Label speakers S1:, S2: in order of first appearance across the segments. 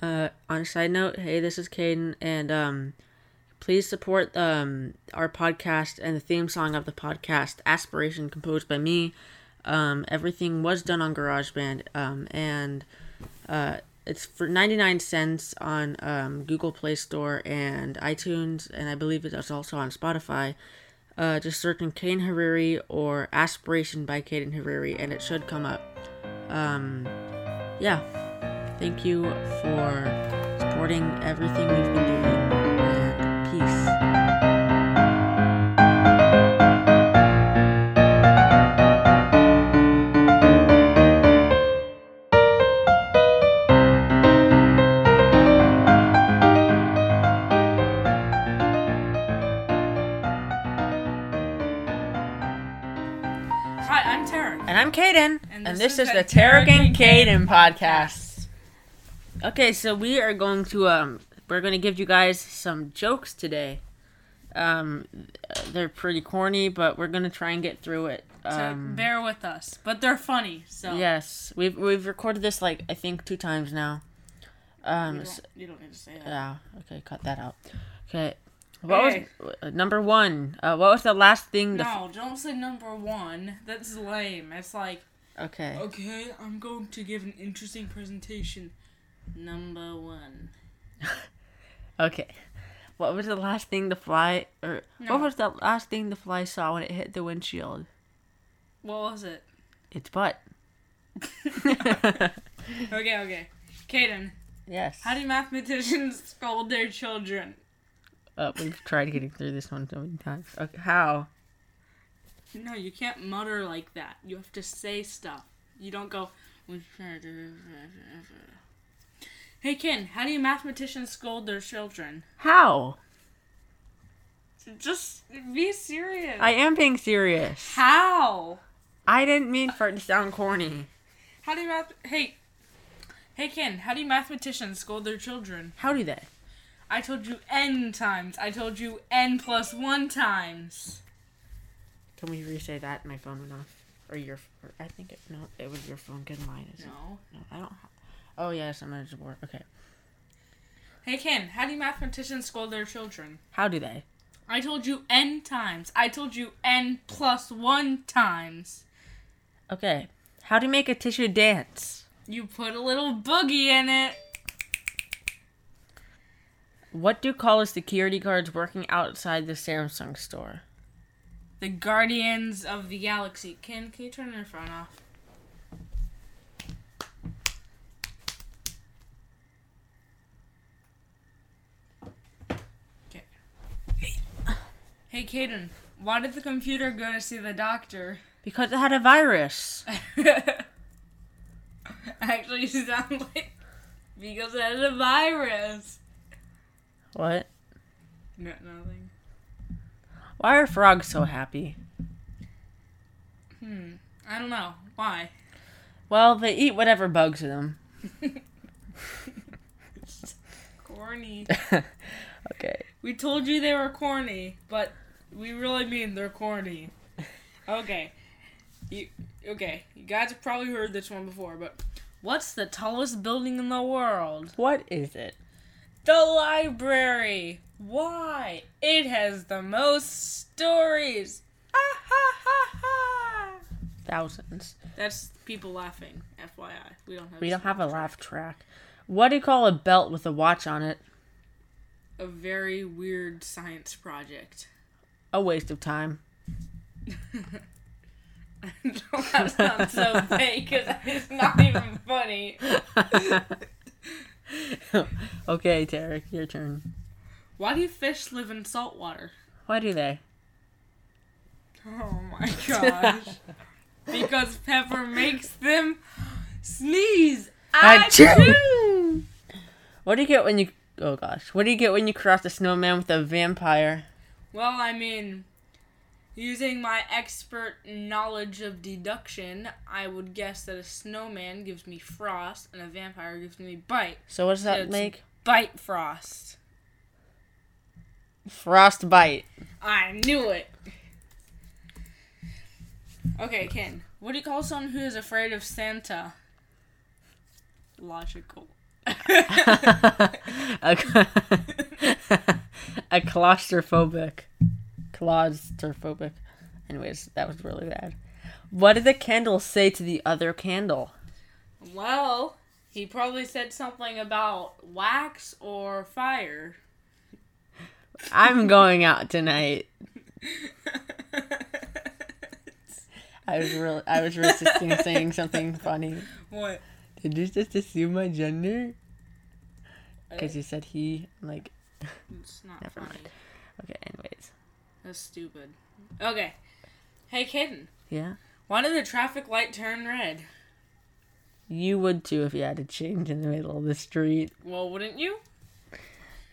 S1: Uh, on a side note, hey, this is Caden, and um, please support um, our podcast and the theme song of the podcast, Aspiration, composed by me. Um, everything was done on GarageBand, um, and uh, it's for 99 cents on um, Google Play Store and iTunes, and I believe it's also on Spotify. Uh, just search in Caden Hariri or Aspiration by Caden Hariri, and it should come up. Um, yeah, thank you for supporting everything we've been doing, and peace.
S2: Hi, I'm Tarek.
S1: And I'm Caden. And,
S2: And this
S1: this,
S2: is
S1: is,
S2: the
S1: the Tarek
S2: Tarek
S1: and Caden podcast. Okay, so we are going to um we're gonna give you guys some jokes today. Um they're pretty corny, but we're gonna try and get through it.
S2: So
S1: Um
S2: bear with us, but they're funny. So
S1: Yes. We've we've recorded this like I think two times now.
S2: you
S1: Um
S2: don't,
S1: s
S2: you don't need to say that.
S1: yeah, okay, cut that out. Okay. What
S2: Hey.
S1: was uh, number one? Uh, what was the last thing? The f-
S2: No, don't say number one. That's lame. It's like,
S1: okay.
S2: okay, I'm going to give an interesting presentation. Number one. Oh.
S1: Okay. What was the last thing the fly or
S2: No.
S1: what was the last thing the fly saw when it hit the windshield?
S2: What was it?
S1: Its butt.
S2: Okay, okay. Kaden,
S1: yes.
S2: how do mathematicians scold their children?
S1: Uh, we've tried getting through this one so many times. Okay, how?
S2: No, you can't mutter like that. You have to say stuff. You don't go. Hey, Ken, how do mathematicians scold their children?
S1: How?
S2: Just be serious.
S1: I am being serious.
S2: How?
S1: I didn't mean for it to sound corny.
S2: How do math? Hey, hey, Ken. How do mathematicians scold their children?
S1: How do they?
S2: I told you n times. I told you n plus one times.
S1: Can we re-say that? My phone went off. Or your? f- Or I think it. No, it was your phone. Good mine. Is it?
S2: No.
S1: No, I don't. ha- Oh yes, I'm manageable. Okay.
S2: Hey, Ken. How do mathematicians scold their children?
S1: How do they?
S2: I told you n times. I told you n plus one times.
S1: Okay. How do you make a tissue dance?
S2: You put a little boogie in it.
S1: What do college security guards working outside the Samsung store?
S2: The Guardians of the Galaxy. Ken, can you turn your phone off? Okay. Hey, Caden, why did the computer go to see the doctor?
S1: Because it had a virus.
S2: Actually, you sound like because it has a virus.
S1: What?
S2: No, nothing.
S1: Why are frogs so happy?
S2: Hmm. I don't know. Why?
S1: Well, they eat whatever bugs them.
S2: Corny.
S1: okay.
S2: We told you they were corny, but we really mean they're corny. Okay. You okay, you guys have probably heard this one before, but what's the tallest building in the world?
S1: What is it?
S2: The library. Why? It has the most stories. Ah, ha, ha, ha.
S1: Thousands.
S2: That's people laughing, FYI. We don't have
S1: We don't have a laugh track. What do you call a belt with a watch on it?
S2: a very weird science project.
S1: A waste of time.
S2: that sounds so fake because it's not even funny.
S1: okay, Tarek, your turn.
S2: Why do fish live in salt water?
S1: Why do they?
S2: Oh my gosh. because pepper makes them sneeze.
S1: Achoo! What do you get when you? Oh gosh, what do you get when you cross a snowman with a vampire?
S2: Well, I mean, using my expert knowledge of deduction, I would guess that a snowman gives me frost and a vampire gives me bite.
S1: So what does that
S2: It's-
S1: make?
S2: Bite frost.
S1: Frostbite.
S2: I knew it. Okay, Ken. What do you call someone who is afraid of Santa? Logical.
S1: a, a claustrophobic. Claustrophobic. Anyways, that was really bad. What did the candle say to the other candle?
S2: well, he probably said something about wax or fire.
S1: I'm going out tonight. I was really, I was resisting saying something funny.
S2: what?
S1: Did you just assume my gender? Because you said he. I'm like,
S2: Uh, It's not
S1: Never
S2: funny.
S1: mind. okay. Anyways,
S2: That's stupid. Okay. Hey, Kaden.
S1: yeah,
S2: Why did the traffic light turn red?
S1: you would too if you had to change in the middle of the street.
S2: Well, wouldn't you?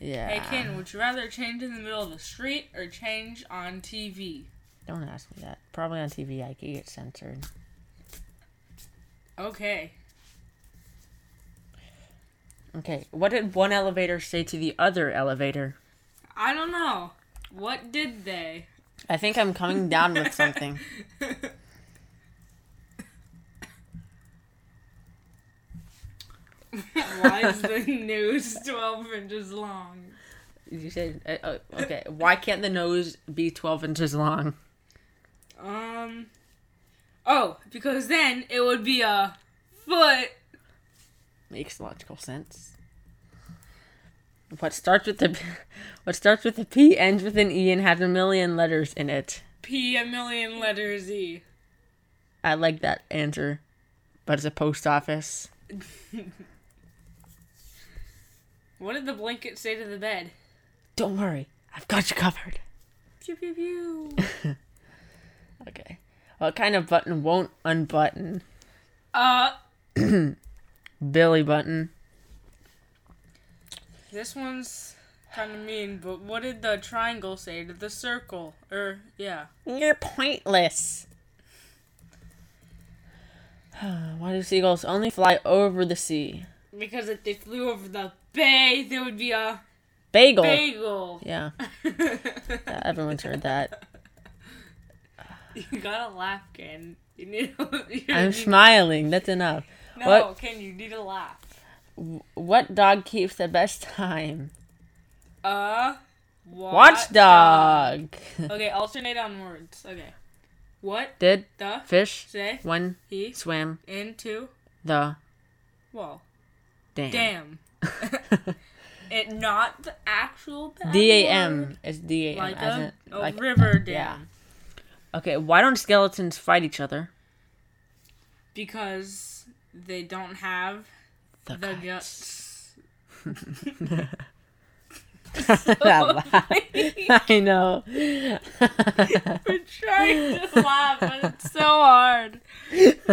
S1: Yeah.
S2: Hey, Kaden, would you rather change in the middle of the street or change on TV?
S1: Don't ask me that. Probably on TV, I could get censored.
S2: Okay.
S1: Okay. What did one elevator say to the other elevator?
S2: I don't know. What did they?
S1: I think I'm coming down with something.
S2: Why is the news 12 inches long?
S1: You said uh, uh, okay. Why can't the nose be 12 inches long?
S2: Um. Oh, because then it would be a foot.
S1: Makes logical sense. What starts with the what starts with a P ends with an E and has a million letters in it.
S2: P a million letters E.
S1: I like that answer, but it's a post office.
S2: What did the blanket say to the bed?
S1: Don't worry, I've got you covered.
S2: Pew pew pew.
S1: Okay. What kind of button won't unbutton?
S2: uh,
S1: Billy button.
S2: this one's kind of mean, but what did the triangle say to the circle? Or, yeah.
S1: You're pointless. Why do seagulls only fly over the sea?
S2: Because if they flew over the bay, there would be a
S1: Bagel.
S2: bagel.
S1: yeah, Oh. yeah, everyone's heard that.
S2: you gotta laugh, Ken. You need a, you
S1: I'm
S2: need-
S1: smiling. That's enough.
S2: No,
S1: What?
S2: Ken, you need a laugh.
S1: What dog keeps the best time?
S2: Uh, watch
S1: Watchdog.
S2: Okay, alternate on words. Okay. What
S1: Did
S2: the
S1: fish
S2: say
S1: when
S2: he
S1: swam
S2: into
S1: the
S2: wall?
S1: dam?
S2: Damn. it not the actual bad
S1: D A M
S2: word,
S1: is D A M,
S2: Like
S1: as
S2: a,
S1: it?
S2: a
S1: Like,
S2: river dam.
S1: yeah. okay, why don't skeletons fight each other?
S2: Because they don't have
S1: The,
S2: the
S1: guts.
S2: guts.
S1: I know.
S2: We're trying to laugh, but it's so hard.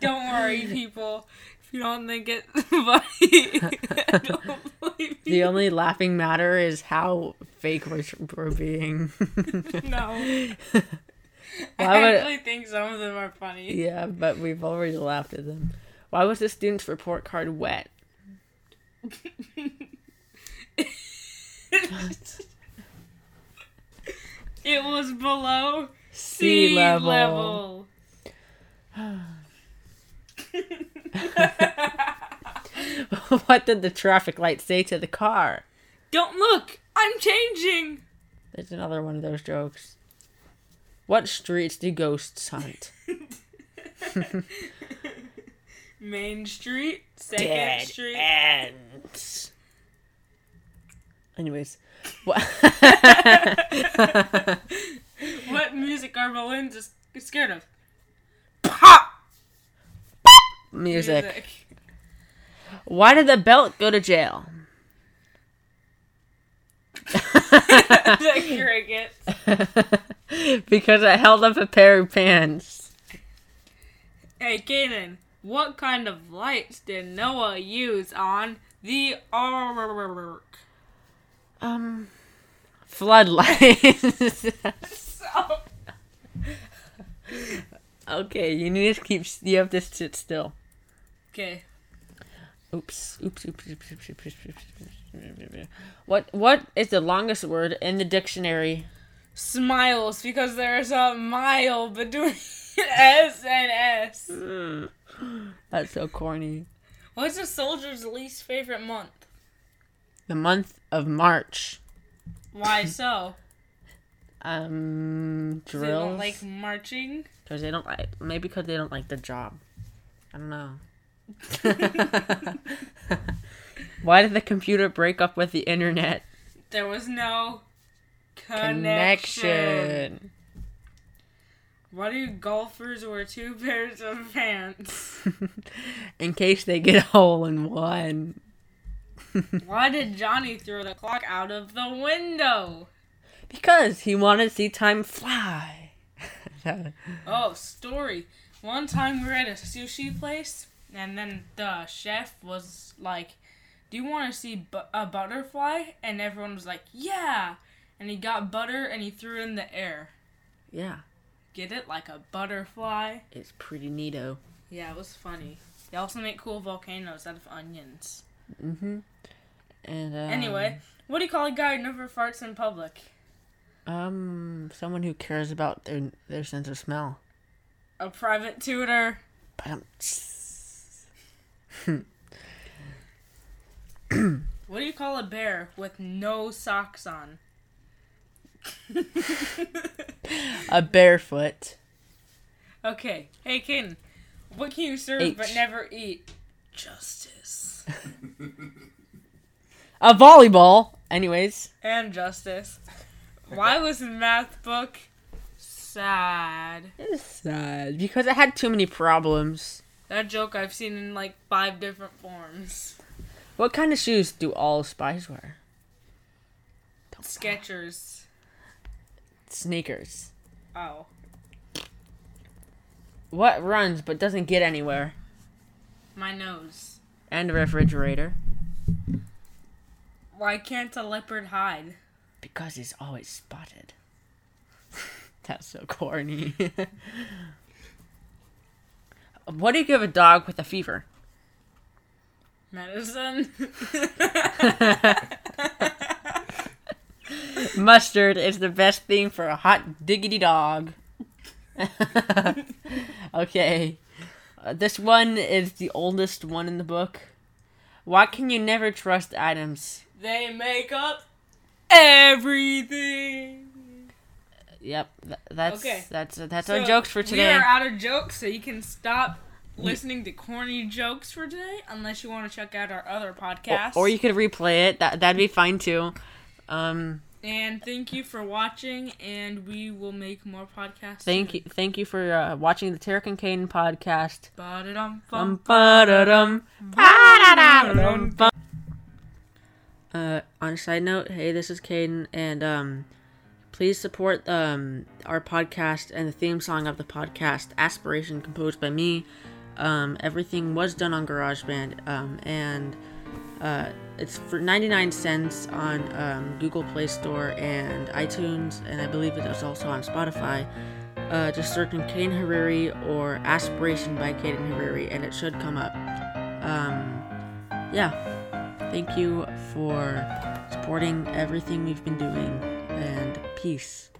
S2: Don't worry, people. If you don't think it funny, I don't believe
S1: the
S2: you.
S1: only laughing matter is how fake we're, we're being.
S2: No.
S1: Why
S2: I
S1: would-
S2: actually think some of them are funny.
S1: yeah, but we've already laughed at them. Why was the student's report card wet?
S2: it was below
S1: Sea level. what did the traffic light say to the car?
S2: Don't look! I'm changing!
S1: There's another one of those jokes. What streets do ghosts hunt?
S2: Main Street, Second Street.
S1: ends. Anyways, what?
S2: What music are balloons is- is scared of? Pop!
S1: Music. Why did the belt go to jail?
S2: the crickets.
S1: because it held up a pair of pants.
S2: Hey, Kaden, what kind of lights did Noah use on the ark?
S1: Um, floodlights.
S2: So,
S1: okay, you need to keep. You have to sit still.
S2: okay.
S1: Oops, oops, oops, oops, oops, oops, oops, oops, oops. What what is the longest word in the dictionary?
S2: Smiles, because there's a mile between S and S.
S1: That's so corny.
S2: What's a soldier's least favorite month?
S1: the month of March.
S2: Why so?
S1: Um,
S2: They don't
S1: drills.
S2: like marching.
S1: Because they don't like, maybe because they don't like the job. I don't know. Why did the computer break up with the internet
S2: There was no connection.
S1: connection?
S2: Why do golfers wear two pairs of pants?
S1: in case they get a hole in one.
S2: Why did Johnny throw the clock out of the window?
S1: Because he wanted to see time fly. That-
S2: Oh, story. One time we were at a sushi place, and then the chef was like, Do you want to see bu- a butterfly? And everyone was like, Yeah! And he got butter and he threw it in the air.
S1: yeah,
S2: Get it? Like a butterfly?
S1: it's pretty neato.
S2: Yeah, it was funny. They also make cool volcanoes out of onions.
S1: Mm-hmm. And um,
S2: Anyway, what do you call a guy who never farts in public?
S1: um, someone who cares about their their sense of smell.
S2: A private tutor.
S1: But um,
S2: What do you call a bear with no socks on?
S1: a barefoot.
S2: Okay. Hey, Kaden. What can you serve
S1: H.
S2: but never eat? Justice.
S1: A volleyball. Anyways,
S2: and justice. Why was the math book sad?
S1: it's sad because it had too many problems.
S2: That joke I've seen in like five different forms.
S1: What kind of shoes do all spies wear?
S2: Sketchers.
S1: Sneakers.
S2: Oh.
S1: What runs but doesn't get anywhere?
S2: My nose.
S1: And a refrigerator.
S2: Why can't a leopard hide?
S1: Because he's always spotted. That's so corny. what do you give a dog with a fever?
S2: Medicine.
S1: Mustard is the best thing for a hot diggity dog. okay. Uh, this one is the oldest one in the book. Why can you never trust items?
S2: they make up everything.
S1: Yep, th- that's
S2: Okay.
S1: that's that's
S2: So,
S1: our jokes for
S2: We
S1: today.
S2: are out of jokes, so you can stop listening to corny jokes for today, unless you want to check out our other
S1: Or,
S2: podcast.
S1: or you could replay it. That that'd be fine too. Um
S2: And thank you for watching, and we will make more podcasts.
S1: Thank you, thank you for uh, watching the Tarek and Caden podcast.
S2: Ba-da-dum,
S1: Bum,
S2: bum.
S1: ba-da-dum, ba-da-dum, bum. Uh, on a side note, hey, this is Caden, and um, please support um our podcast and the theme song of the podcast, "Aspiration," composed by me. Um, everything was done on GarageBand, um, and uh, it's for 99 cents on um, Google Play Store and iTunes, and I believe it is also on Spotify. Uh, just search in Kaden Hariri or Aspiration by Kaden Hariri, and it should come up. Um, yeah. Thank you for supporting everything we've been doing, and peace.